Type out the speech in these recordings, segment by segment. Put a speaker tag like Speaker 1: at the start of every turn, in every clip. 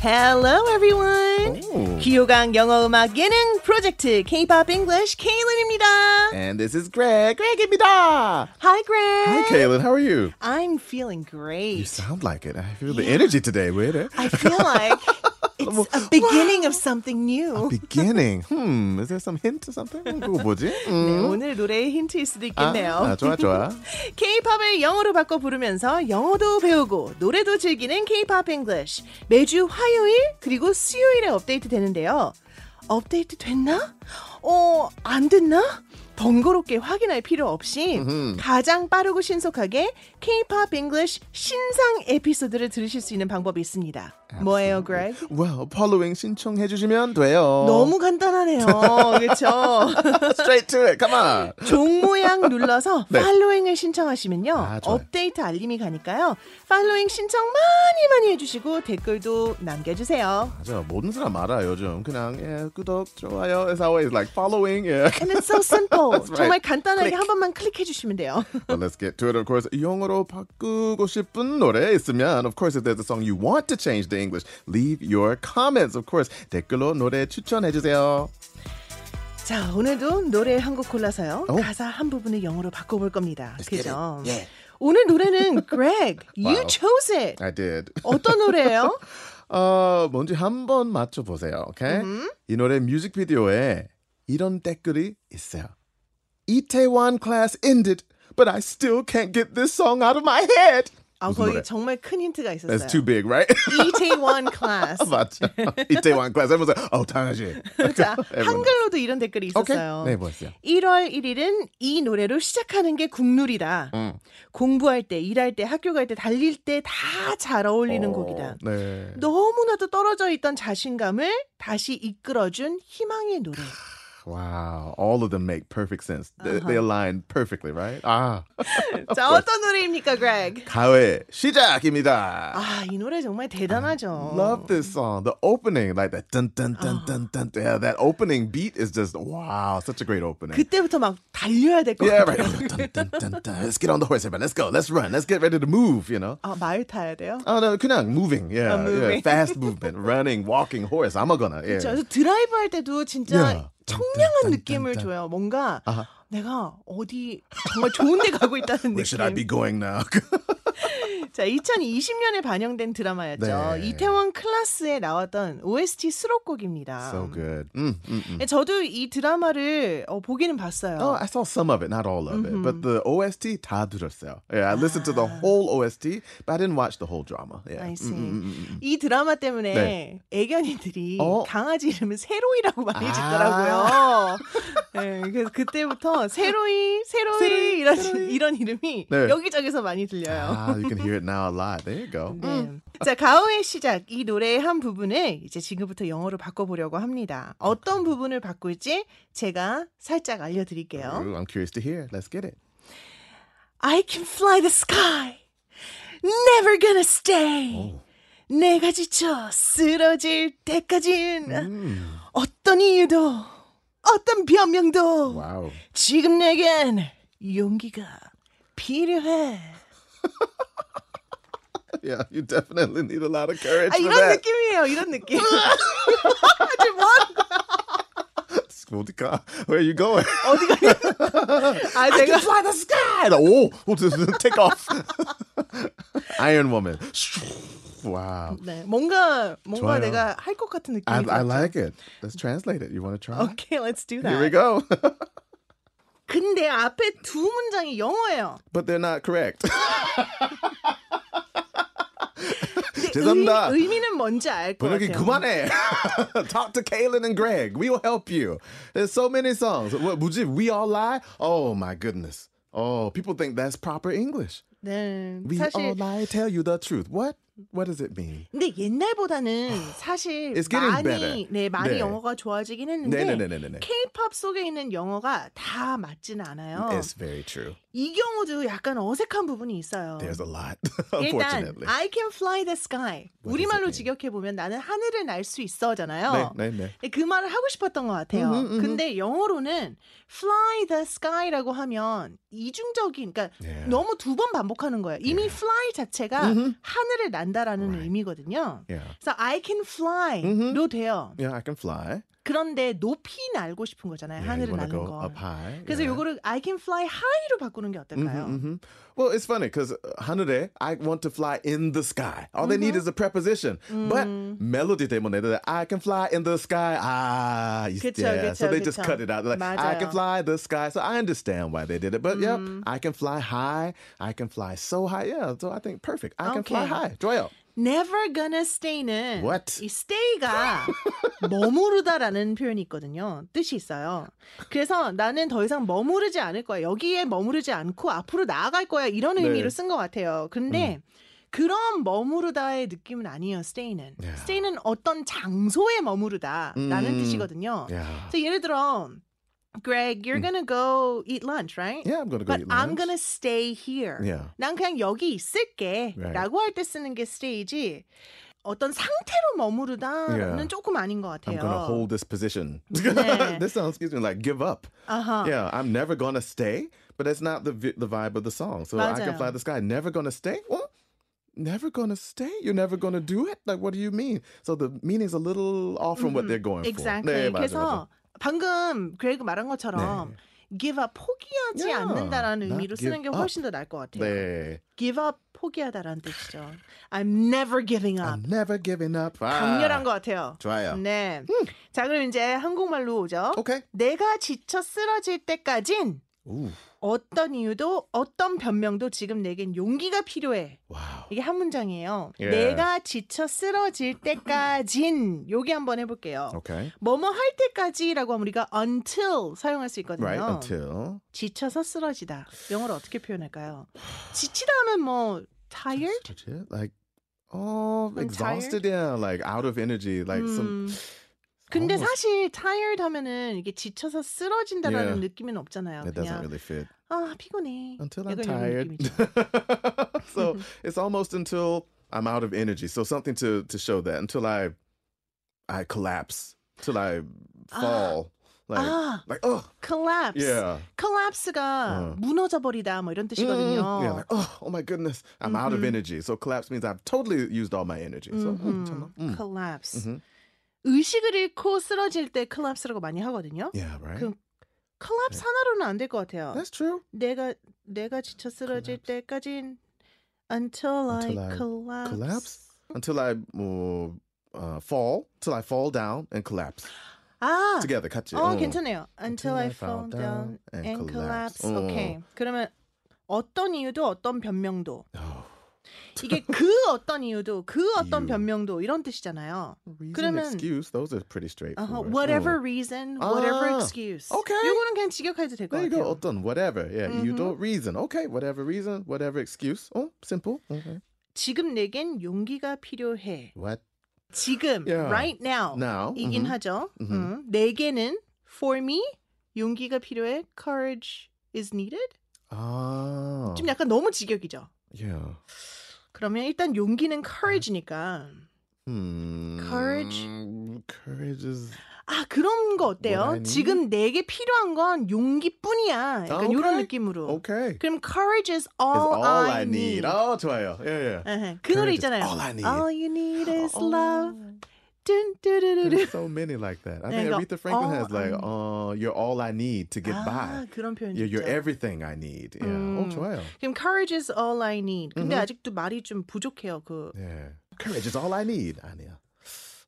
Speaker 1: Hello everyone.
Speaker 2: Ooh.
Speaker 1: 비호강 영어 음악 예능 프로젝트 K-pop English 케일린입니다.
Speaker 2: And this is Greg. Greg입니다.
Speaker 1: Hi Greg.
Speaker 2: Hi, Kaylin. How are you?
Speaker 1: I'm feeling great.
Speaker 2: You sound like it. I feel the energy today. Wait, eh?
Speaker 1: I feel like it's a beginning of something new.
Speaker 2: beginning. hmm. Is there some hint or something? 그거 뭐지?
Speaker 1: 네,
Speaker 2: 음.
Speaker 1: 오늘 노래의 힌트일 수도
Speaker 2: 아,
Speaker 1: 있겠네요.
Speaker 2: 아, 좋아, 좋아.
Speaker 1: K-팝을 영어로 바꿔 부르면서 영어도 배우고 노래도 즐기는 K-pop English 매주 화요일 그리고 수요일에 업데이트 되는데요. 업데이트 됐나? 어, 안 됐나? 번거롭게 확인할 필요 없이 가장 빠르고 신속하게 K-pop English 신상 에피소드를 들으실 수 있는 방법이 있습니다.
Speaker 2: oh,
Speaker 1: 뭐예요, Greg?
Speaker 2: Well, following 신청해 주시면 돼요.
Speaker 1: 너무 간단하네요. 그렇죠?
Speaker 2: straight to it. Come on.
Speaker 1: 종 모양 눌러서
Speaker 2: 네.
Speaker 1: 팔로잉을 신청하시면요.
Speaker 2: 아, 좋아요.
Speaker 1: 업데이트 알림이 가니까요. 팔로잉 신청 많이 많이 해주시고 댓글도 남겨주세요.
Speaker 2: 맞아. 모든 사람 알아 요즘. 그냥 예, 구독, 좋아요. It's always like following. Yeah.
Speaker 1: And it's so simple.
Speaker 2: right.
Speaker 1: 정말 간단하게
Speaker 2: Click.
Speaker 1: 한 번만 클릭해주시면 돼요.
Speaker 2: Well, let's get to it. Of course, 영어로 바꾸고 싶은 노래 있으면, of course, if there's a song you want to change to English, leave your comments. Of course, 댓글로 노래 추천해 주세요.
Speaker 1: 자, 오늘도 노래 한 곡 골라서요.
Speaker 2: 오.
Speaker 1: 가사 한 부분을 영어로 바꿔볼 겁니다. 그죠?
Speaker 2: 어? get it. Yeah.
Speaker 1: 오늘 노래는 Greg, you
Speaker 2: Wow.
Speaker 1: chose it.
Speaker 2: I did.
Speaker 1: 어떤 노래예요?
Speaker 2: 어, 뭔지 한번 맞춰 보세요. 오케이?
Speaker 1: Mm-hmm.
Speaker 2: 이 노래 뮤직비디오에 이런 댓글이 있어요. 이태원 class ended, but I still can't get this song out of my head.
Speaker 1: 아,
Speaker 2: 무슨
Speaker 1: 거기
Speaker 2: 노래?
Speaker 1: 정말 큰 힌트가 있었어요. E
Speaker 2: That's too big, right?
Speaker 1: 이태원 클래스.
Speaker 2: 맞죠. 이태원 class 하면서 어, 당연하지.
Speaker 1: 자,
Speaker 2: Everyone.
Speaker 1: 그러니까 한글로도 이런 댓글이
Speaker 2: 오케이.
Speaker 1: 있었어요.
Speaker 2: 네, 뭐였어요?
Speaker 1: 1월 1일은 이 노래로 시작하는 게 국룰이다. 공부할 때, 일할 때, 학교 갈 때, 달릴 때 다 잘 어울리는 곡이다.
Speaker 2: 네.
Speaker 1: 너무나도 떨어져 있던 자신감을 다시 이끌어준 희망의 노래.
Speaker 2: Wow, all of them make perfect sense. They, they align perfectly, right? Ah, 아,
Speaker 1: 자, 어떤 노래입니까, Greg?
Speaker 2: 가을 시작입니다.
Speaker 1: 아, 이 노래 정말 대단하죠.
Speaker 2: Love this song. The opening, like that dun dun dun dun dun. Yeah, that opening beat is just wow, such a great opening.
Speaker 1: 그때부터 막 달려야 될 것
Speaker 2: yeah,
Speaker 1: 같아요.
Speaker 2: right. dun, dun, dun, dun. Let's get on the horse, everybody. Let's go. Let's run. Let's get ready to move. You know.
Speaker 1: 아, 말 타야 돼요?
Speaker 2: Oh no, 그냥 moving. Yeah, yeah.
Speaker 1: moving.
Speaker 2: Fast movement, running, walking, horse. I'm gonna. Yeah.
Speaker 1: 그래서 드라이브 할 때도 진짜
Speaker 2: Yeah.
Speaker 1: 청량한
Speaker 2: 딴, 딴,
Speaker 1: 느낌을
Speaker 2: 딴, 딴.
Speaker 1: 줘요. 뭔가
Speaker 2: 아하.
Speaker 1: 내가 어디 정말 좋은 데 가고 있다는
Speaker 2: Where should I be
Speaker 1: 느낌.
Speaker 2: going now?
Speaker 1: 자, 2020년에 반영된 드라마였죠.
Speaker 2: 네.
Speaker 1: 이태원 클라스에 나왔던 OST 수록곡입니다. 네,
Speaker 2: so good. Mm, mm, mm.
Speaker 1: 저도 이 드라마를 어, 보기는 봤어요.
Speaker 2: Oh, I saw some of it, not all of it,
Speaker 1: Mm-hmm.
Speaker 2: but the OST 다 들었어요. Yeah, I listened to the whole OST, but I didn't watch the whole drama. Yeah.
Speaker 1: Ah. I see.
Speaker 2: Mm, mm, mm, mm, mm.
Speaker 1: 이 드라마 때문에
Speaker 2: 네.
Speaker 1: 애견이들이
Speaker 2: 어?
Speaker 1: 강아지 이름을 세로이라고 많이
Speaker 2: 아.
Speaker 1: 짓더라고요. 네, 그래서 그때부터 세로이, 세로이,
Speaker 2: 세로이,
Speaker 1: 이런
Speaker 2: 세로이.
Speaker 1: 이런 이름이
Speaker 2: 네.
Speaker 1: 여기저기서 많이 들려요.
Speaker 2: Ah, you can hear it now a lot. There you go.
Speaker 1: 네. 자, 가오의 시작 이 노래의 한 부분을 이제 지금부터 영어로 바꿔보려고 합니다. 어떤 부분을 바꿀지 제가 살짝 알려드릴게요.
Speaker 2: Ooh, I'm curious to hear. Let's get it.
Speaker 1: I can fly the sky, never gonna stay. 내가 지쳐 쓰러질 때까진 어떤 이유도 어떤 변명도
Speaker 2: Wow.
Speaker 1: 지금 내겐 용기가 필요해.
Speaker 2: Yeah, you definitely need a lot of courage
Speaker 1: 아
Speaker 2: for
Speaker 1: 이런
Speaker 2: that.
Speaker 1: 느낌이에요. 이런 느낌. 아주 뭐
Speaker 2: Skultika, Where are you going?
Speaker 1: 어디 가요? 아 제가
Speaker 2: Fly the sky. Oh, we'll just take off. Iron Woman. Wow.
Speaker 1: 네, 뭔가 뭔가
Speaker 2: 좋아요.
Speaker 1: 내가 할 것 같은 느낌이
Speaker 2: I, I
Speaker 1: 들었죠.
Speaker 2: like it. Let's translate it. You want to try?
Speaker 1: Okay, let's do that.
Speaker 2: Here we go.
Speaker 1: 근데 앞에 두 문장이 영어예요.
Speaker 2: but they're not correct.
Speaker 1: 근데
Speaker 2: 죄송합니다.
Speaker 1: 의미, 의미는 뭔지 알 것
Speaker 2: 분위기
Speaker 1: 같아요.
Speaker 2: 그만해. Talk to Kaylin and Greg. We will help you. There's so many songs. What, 무지, we all lie? Oh my goodness. Oh, people think that's proper English.
Speaker 1: 네,
Speaker 2: We all
Speaker 1: 사실
Speaker 2: lie, tell you the truth. What? What does it mean?
Speaker 1: 근데 옛날보다는 사실
Speaker 2: It's getting
Speaker 1: 많이
Speaker 2: better.
Speaker 1: 네 많이
Speaker 2: 네.
Speaker 1: 영어가 좋아지긴 했는데
Speaker 2: 네네네네네.
Speaker 1: K-pop 속에 있는 영어가 다 맞지는 않아요.
Speaker 2: It's very true.
Speaker 1: 이 경우도 약간 어색한 부분이 있어요.
Speaker 2: There's a lot,
Speaker 1: 일단
Speaker 2: unfortunately.
Speaker 1: I can fly the sky.
Speaker 2: What does
Speaker 1: 우리말로
Speaker 2: that mean?
Speaker 1: 직역해 보면 나는 하늘을 날 수 있어잖아요.
Speaker 2: 네, 네, 네.
Speaker 1: 근데 그 말을 하고 싶었던 것 같아요.
Speaker 2: 음흠, 음흠.
Speaker 1: 근데 영어로는 fly the sky라고 하면 이중적인, 그러니까
Speaker 2: Yeah.
Speaker 1: 너무 두 번 반복하는 거예요. 이미 fly 자체가 하늘을 난다라는
Speaker 2: 네. Right. 네.
Speaker 1: 의미거든요.
Speaker 2: Yeah.
Speaker 1: 그래서 I can fly로 돼요.
Speaker 2: Yeah, I can fly.
Speaker 1: 그런데 높이 날고 싶은 거잖아요.
Speaker 2: Yeah,
Speaker 1: 하늘을
Speaker 2: you wanna
Speaker 1: 나는
Speaker 2: go
Speaker 1: 거.
Speaker 2: up high.
Speaker 1: 그래서
Speaker 2: yeah.
Speaker 1: 요거를 I can fly high로 바꾸는 게 어떨까요?
Speaker 2: hmm Well, it's funny because 하늘에 I want to fly in the sky. All they
Speaker 1: Mm-hmm.
Speaker 2: need is a preposition. But
Speaker 1: Mm.
Speaker 2: melody 때문에 they're like, I can fly in the sky. Ah, yeah.
Speaker 1: 그쵸,
Speaker 2: so
Speaker 1: 그쵸,
Speaker 2: they just
Speaker 1: 그쵸.
Speaker 2: cut it out. Like I
Speaker 1: 맞아요.
Speaker 2: can fly the sky. So I understand why they did it.
Speaker 1: Mm-hmm.
Speaker 2: But yeah, I can fly high. I can fly so high. Yeah, so I think perfect. I can fly
Speaker 1: Okay.
Speaker 2: high. 좋아요.
Speaker 1: Never gonna stay는
Speaker 2: What?
Speaker 1: 이 stay가 머무르다라는 표현이 있거든요. 뜻이 있어요. 그래서 나는 더 이상 머무르지 않을 거야. 여기에 머무르지 않고 앞으로 나아갈 거야. 이런
Speaker 2: 네.
Speaker 1: 의미로 쓴 것 같아요.
Speaker 2: 음.
Speaker 1: 근데 그런 머무르다의 느낌은 아니에요. stay는.
Speaker 2: Yeah.
Speaker 1: stay는 어떤 장소에 머무르다라는
Speaker 2: 음.
Speaker 1: 뜻이거든요.
Speaker 2: Yeah. 음.
Speaker 1: 그래서 예를 들어 Greg, you're gonna go eat lunch, right?
Speaker 2: Yeah, I'm gonna go
Speaker 1: But
Speaker 2: eat lunch.
Speaker 1: I'm gonna stay here.
Speaker 2: Yeah.
Speaker 1: 난 그냥 여기 있을게.
Speaker 2: Right.
Speaker 1: 라고 할 때 쓰는 게 stay지. 어떤 상태로 머무르다는
Speaker 2: Yeah.
Speaker 1: 조금 아닌 것
Speaker 2: I'm
Speaker 1: 같아요.
Speaker 2: gonna hold this position.
Speaker 1: 네.
Speaker 2: this sounds, excuse me, like give up.
Speaker 1: 아하.
Speaker 2: Yeah, I'm never gonna stay, but that's not the vi- the vibe of the song. So I can
Speaker 1: 맞아요.
Speaker 2: fly the sky. Never gonna stay. What? Never gonna stay. You're never gonna do it. Like, what do you mean? So the meaning's a little off from what they're going for.
Speaker 1: Mm-hmm. Exactly.
Speaker 2: 네, 맞아, 맞아.
Speaker 1: 그래서 방금 그레이그 말한 것처럼 give up 포기하지
Speaker 2: 네. Yeah.
Speaker 1: 않는다라는
Speaker 2: Not
Speaker 1: 의미로 쓰는 게
Speaker 2: give up.
Speaker 1: 훨씬 더 나을 것 같아요.
Speaker 2: 네.
Speaker 1: give up 포기하다라는 뜻이죠. I'm never giving up.
Speaker 2: I'm never giving up. Ah. 아,
Speaker 1: 강렬한 것 같아요.
Speaker 2: 좋아요. 음. 어?
Speaker 1: 네. 자, 그럼 이제 한국말로 오죠.
Speaker 2: 오케이.
Speaker 1: 내가 지쳐 쓰러질 때까진
Speaker 2: 우,
Speaker 1: 어떤 이유도 어떤 변명도 지금 내겐 용기가 필요해.
Speaker 2: 와우.
Speaker 1: 이게 한 문장이에요.
Speaker 2: 예.
Speaker 1: 내가 지쳐 쓰러질 때까진 요게 한번 해볼게요.
Speaker 2: Okay.
Speaker 1: 뭐뭐 할 때까지라고 하면 우리가 until 사용할 수 있거든요.
Speaker 2: Right until
Speaker 1: 지쳐서 쓰러지다. 영어로 어떻게 표현할까요? 지치다 하면 뭐 tired?
Speaker 2: Legit, like oh
Speaker 1: I'm
Speaker 2: exhausted. Yeah, like out of energy. Like some.
Speaker 1: Mm. 음. 근데
Speaker 2: almost-
Speaker 1: 사실 tired 하면은 이게 지쳐서 쓰러진다라는
Speaker 2: Yeah.
Speaker 1: 느낌은 없잖아요.
Speaker 2: It doesn't
Speaker 1: 그냥
Speaker 2: really fit.
Speaker 1: 아 피곤해.
Speaker 2: until
Speaker 1: 약간 이런
Speaker 2: I'm tired.
Speaker 1: 느낌이죠.
Speaker 2: so it's almost until I'm out of energy. So something to to show that until I I collapse, till I
Speaker 1: Uh,
Speaker 2: fall, like
Speaker 1: Ah.
Speaker 2: like oh
Speaker 1: collapse.
Speaker 2: yeah.
Speaker 1: collapse가 무너져 버리다 뭐 이런 뜻이거든요.
Speaker 2: Yeah, like, oh, oh my goodness, I'm out of
Speaker 1: Mm-hmm.
Speaker 2: energy. So collapse means I've totally used all my energy. So oh, turn on-
Speaker 1: 음,
Speaker 2: mm.
Speaker 1: collapse. 의식을 잃고 쓰러질 때 collapse라고 많이 하거든요.
Speaker 2: yeah, right.
Speaker 1: 그- collapse 하나로는 안 될 것 같아요.
Speaker 2: 예, That's true.
Speaker 1: 내가 내가 지쳐 쓰러질 때까진 until,
Speaker 2: Until
Speaker 1: I,
Speaker 2: I
Speaker 1: collapse.
Speaker 2: Collapse until I uh, uh, fall, till I fall down and collapse
Speaker 1: 아,
Speaker 2: together. mm. 같이.
Speaker 1: 어
Speaker 2: 어.
Speaker 1: 괜찮아요. Until I fall down and collapse.
Speaker 2: 어.
Speaker 1: 오케이. 그러면 어떤 이유도 어떤 변명도
Speaker 2: Oh,
Speaker 1: 이게 그 어떤 이유도 그 어떤
Speaker 2: 이유.
Speaker 1: 변명도 이런 뜻이잖아요.
Speaker 2: reason,
Speaker 1: 그러면-
Speaker 2: excuse, those are pretty
Speaker 1: 어허,
Speaker 2: straightforward.
Speaker 1: Uh-huh, whatever reason, whatever
Speaker 2: 아,
Speaker 1: excuse.
Speaker 2: 오케이.
Speaker 1: 요거는 그냥 직역해도 될 것
Speaker 2: There you go.
Speaker 1: 같아요.
Speaker 2: 어떤 whatever. Yeah,
Speaker 1: Mm-hmm.
Speaker 2: you don't reason. Okay, whatever reason, whatever excuse. Oh, simple. Okay.
Speaker 1: 지금 내겐 용기가 필요해.
Speaker 2: What
Speaker 1: 지금,
Speaker 2: Yeah.
Speaker 1: right now.
Speaker 2: now?
Speaker 1: 이긴
Speaker 2: Mhm.
Speaker 1: 하죠. 음. 내게는 for me 용기가 필요해. Courage is needed.
Speaker 2: Ah.
Speaker 1: 좀 약간 너무 직역이죠.
Speaker 2: Yeah.
Speaker 1: 그러면 일단 용기는 courage니까.
Speaker 2: Hmm.
Speaker 1: Courage.
Speaker 2: Courage is.
Speaker 1: 아 그런 거
Speaker 2: What I
Speaker 1: 어때요?
Speaker 2: need?
Speaker 1: 지금 내게 필요한 건 용기뿐이야. 약간
Speaker 2: 아,
Speaker 1: 이런
Speaker 2: okay.
Speaker 1: 느낌으로.
Speaker 2: Okay.
Speaker 1: 그럼 courage is all,
Speaker 2: is all I,
Speaker 1: I
Speaker 2: need. Oh, 좋아요. Yeah, yeah.
Speaker 1: 에헤, 그 노래
Speaker 2: Courage is
Speaker 1: 있잖아요.
Speaker 2: all I need.
Speaker 1: you need is
Speaker 2: Oh.
Speaker 1: love. 뚠뚜루루루.
Speaker 2: There's so many like that. I
Speaker 1: There you
Speaker 2: think
Speaker 1: go.
Speaker 2: Aretha Franklin
Speaker 1: All
Speaker 2: has like,
Speaker 1: I Ah,
Speaker 2: oh, you're all I need to get
Speaker 1: 아
Speaker 2: by.
Speaker 1: 그런 표현.
Speaker 2: You're, you're
Speaker 1: 진짜.
Speaker 2: everything I need. Yeah.
Speaker 1: 음.
Speaker 2: Oh, 좋아요.
Speaker 1: 그럼 courage is all I need.
Speaker 2: Mm-hmm.
Speaker 1: 근데 아직도 말이 좀 부족해요. 그
Speaker 2: Yeah. Courage is all I need. 아니야.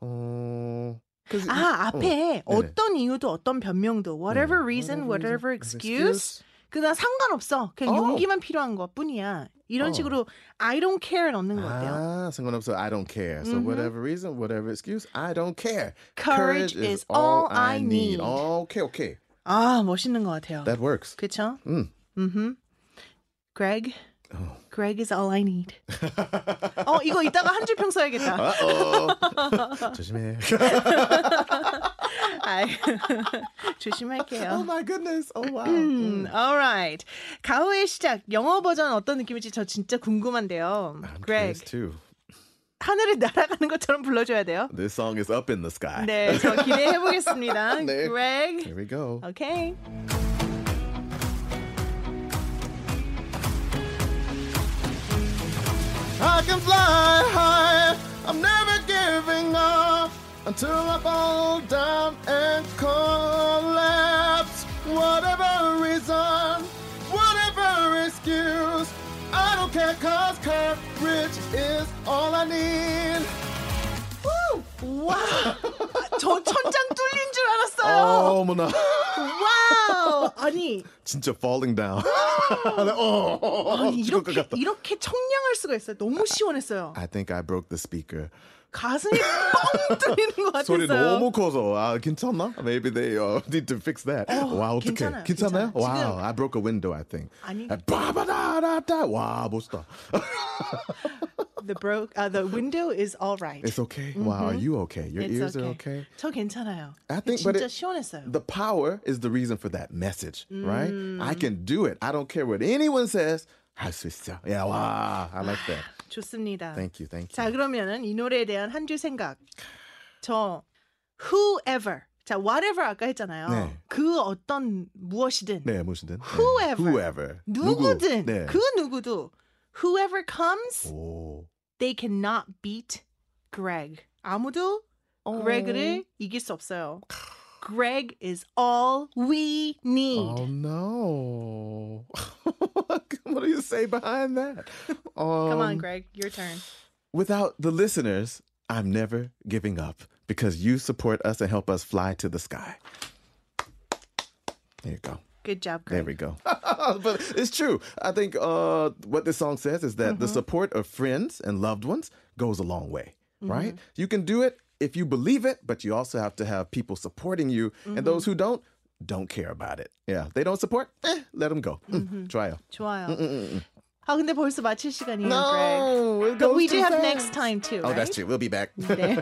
Speaker 2: 어. 'cause
Speaker 1: 아,
Speaker 2: 어,
Speaker 1: 앞에
Speaker 2: 어, 네네. 음.
Speaker 1: 어떤 이유도 어떤 변명도 whatever reason, whatever excuse 그나 상관없어. 그냥
Speaker 2: 어.
Speaker 1: 용기만 필요한 것뿐이야. 이런
Speaker 2: 어.
Speaker 1: 식으로 I don't care 넣는 거 어때요?
Speaker 2: 아, 상관없어. I don't care.
Speaker 1: Mm-hmm.
Speaker 2: So whatever reason, whatever excuse, I don't care.
Speaker 1: Courage is all I need.
Speaker 2: Okay, okay.
Speaker 1: 아, 멋있는 것 같아요.
Speaker 2: That works.
Speaker 1: 그쵸?
Speaker 2: 음. 어.
Speaker 1: 음. Greg. Greg is all I need. 어, 이거 이따가 한 줄 평 써야겠다.
Speaker 2: Uh-oh. 조심해.
Speaker 1: 아이,
Speaker 2: Oh
Speaker 1: 조심할게요.
Speaker 2: my goodness. Oh wow.
Speaker 1: 음, alright. 가오의 시작 영어 버전 어떤 느낌일지 저 진짜 궁금한데요.
Speaker 2: I'm curious
Speaker 1: Greg
Speaker 2: too.
Speaker 1: 하늘을 날아가는 것처럼 불러줘야 돼요.
Speaker 2: This song is up in the sky.
Speaker 1: 네, 저 기대해 보겠습니다.
Speaker 2: 네.
Speaker 1: Greg.
Speaker 2: Here we go.
Speaker 1: Okay.
Speaker 2: I can fly high. I'm never giving up until I fall down and collapse. Whatever reason, whatever excuse, I don't care cause courage is all I need.
Speaker 1: 와, 저 천장 뚫린 줄 알았어요.
Speaker 2: Oh, no.
Speaker 1: 와우. 아니,
Speaker 2: 진짜 falling down. 어,
Speaker 1: Oh. 아니
Speaker 2: 죽을
Speaker 1: 이렇게
Speaker 2: 것 같다. 아,
Speaker 1: 이렇게 청량할 수가 있어요. 너무 시원했어요.
Speaker 2: I think I broke the speaker.
Speaker 1: 가슴이 뻥 뚫리는 것 같았어요.
Speaker 2: 소리 너무 커서 아 괜찮나? Maybe they uh, need to fix that. 와 어떡해.
Speaker 1: 괜찮아요, 괜찮아요.
Speaker 2: 괜찮아요? 와우,
Speaker 1: 지금-
Speaker 2: I broke a window I think.
Speaker 1: 아니.
Speaker 2: 바바다다다. 와 멋있다.
Speaker 1: The broke, uh, the window is all right.
Speaker 2: It's okay. Wow, are you okay? Your
Speaker 1: Mm-hmm. It's
Speaker 2: ears are okay.
Speaker 1: 저 괜찮아요.
Speaker 2: I think, but
Speaker 1: 진짜
Speaker 2: it-
Speaker 1: 시원했어요.
Speaker 2: The power is the reason for that message, right?
Speaker 1: Mm.
Speaker 2: I can do it. I don't care what anyone says. 할 수 있어. Yeah, wow, I like that.
Speaker 1: 좋습니다.
Speaker 2: Thank you, thank
Speaker 1: 자
Speaker 2: you.
Speaker 1: 그러면은 이 노래에 대한 한 줄 생각. 저 whoever, 자 whatever 아까 했잖아요.
Speaker 2: 네.
Speaker 1: 그 어떤 무엇이든
Speaker 2: 네, 무슨든. 네.
Speaker 1: Whoever.
Speaker 2: whoever.
Speaker 1: 누구든
Speaker 2: 누구. 네.
Speaker 1: 그 누구도 whoever comes,
Speaker 2: 오.
Speaker 1: they cannot beat Greg. 아무도
Speaker 2: 어.
Speaker 1: Greg를 이길 수 없어요. Greg is all we need.
Speaker 2: Oh no. what do you say behind that?
Speaker 1: Come on,
Speaker 2: Um,
Speaker 1: Greg, your turn.
Speaker 2: Without the listeners, I'm never giving up because you support us and help us fly to the sky. There you go.
Speaker 1: Good job,
Speaker 2: There
Speaker 1: Greg.
Speaker 2: we go. but it's true. I think uh, what this song says is that the
Speaker 1: Mm-hmm.
Speaker 2: support of friends and loved ones goes a long way,
Speaker 1: Mm-hmm.
Speaker 2: right? You can do it if you believe it, but you also have to have people supporting you. And
Speaker 1: Mm-hmm.
Speaker 2: those who don't, don't care about it. Yeah, they don't support, eh, let them go. Mm,
Speaker 1: Mm-hmm.
Speaker 2: Trial.
Speaker 1: 좋아요. 아 근데 벌써 마칠 시간이에요, Mm, Greg.
Speaker 2: No, it
Speaker 1: But
Speaker 2: goes
Speaker 1: we do
Speaker 2: too
Speaker 1: have
Speaker 2: fast.
Speaker 1: next time too,
Speaker 2: Oh,
Speaker 1: right?
Speaker 2: that's true. We'll be back.
Speaker 1: 네.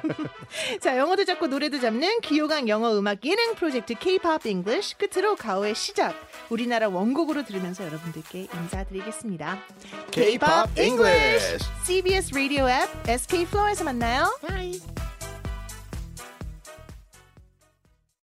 Speaker 1: 자, 영어도 잡고 노래도 잡는 기호강 영어 음악 예능 프로젝트 K-pop English 끝으로 가오의 시작 우리나라 원곡으로 들으면서 여러분들께 인사드리겠습니다.
Speaker 2: K-pop English.
Speaker 1: CBS 라디오 앱 SK 플로어에서 만나요.
Speaker 2: Bye.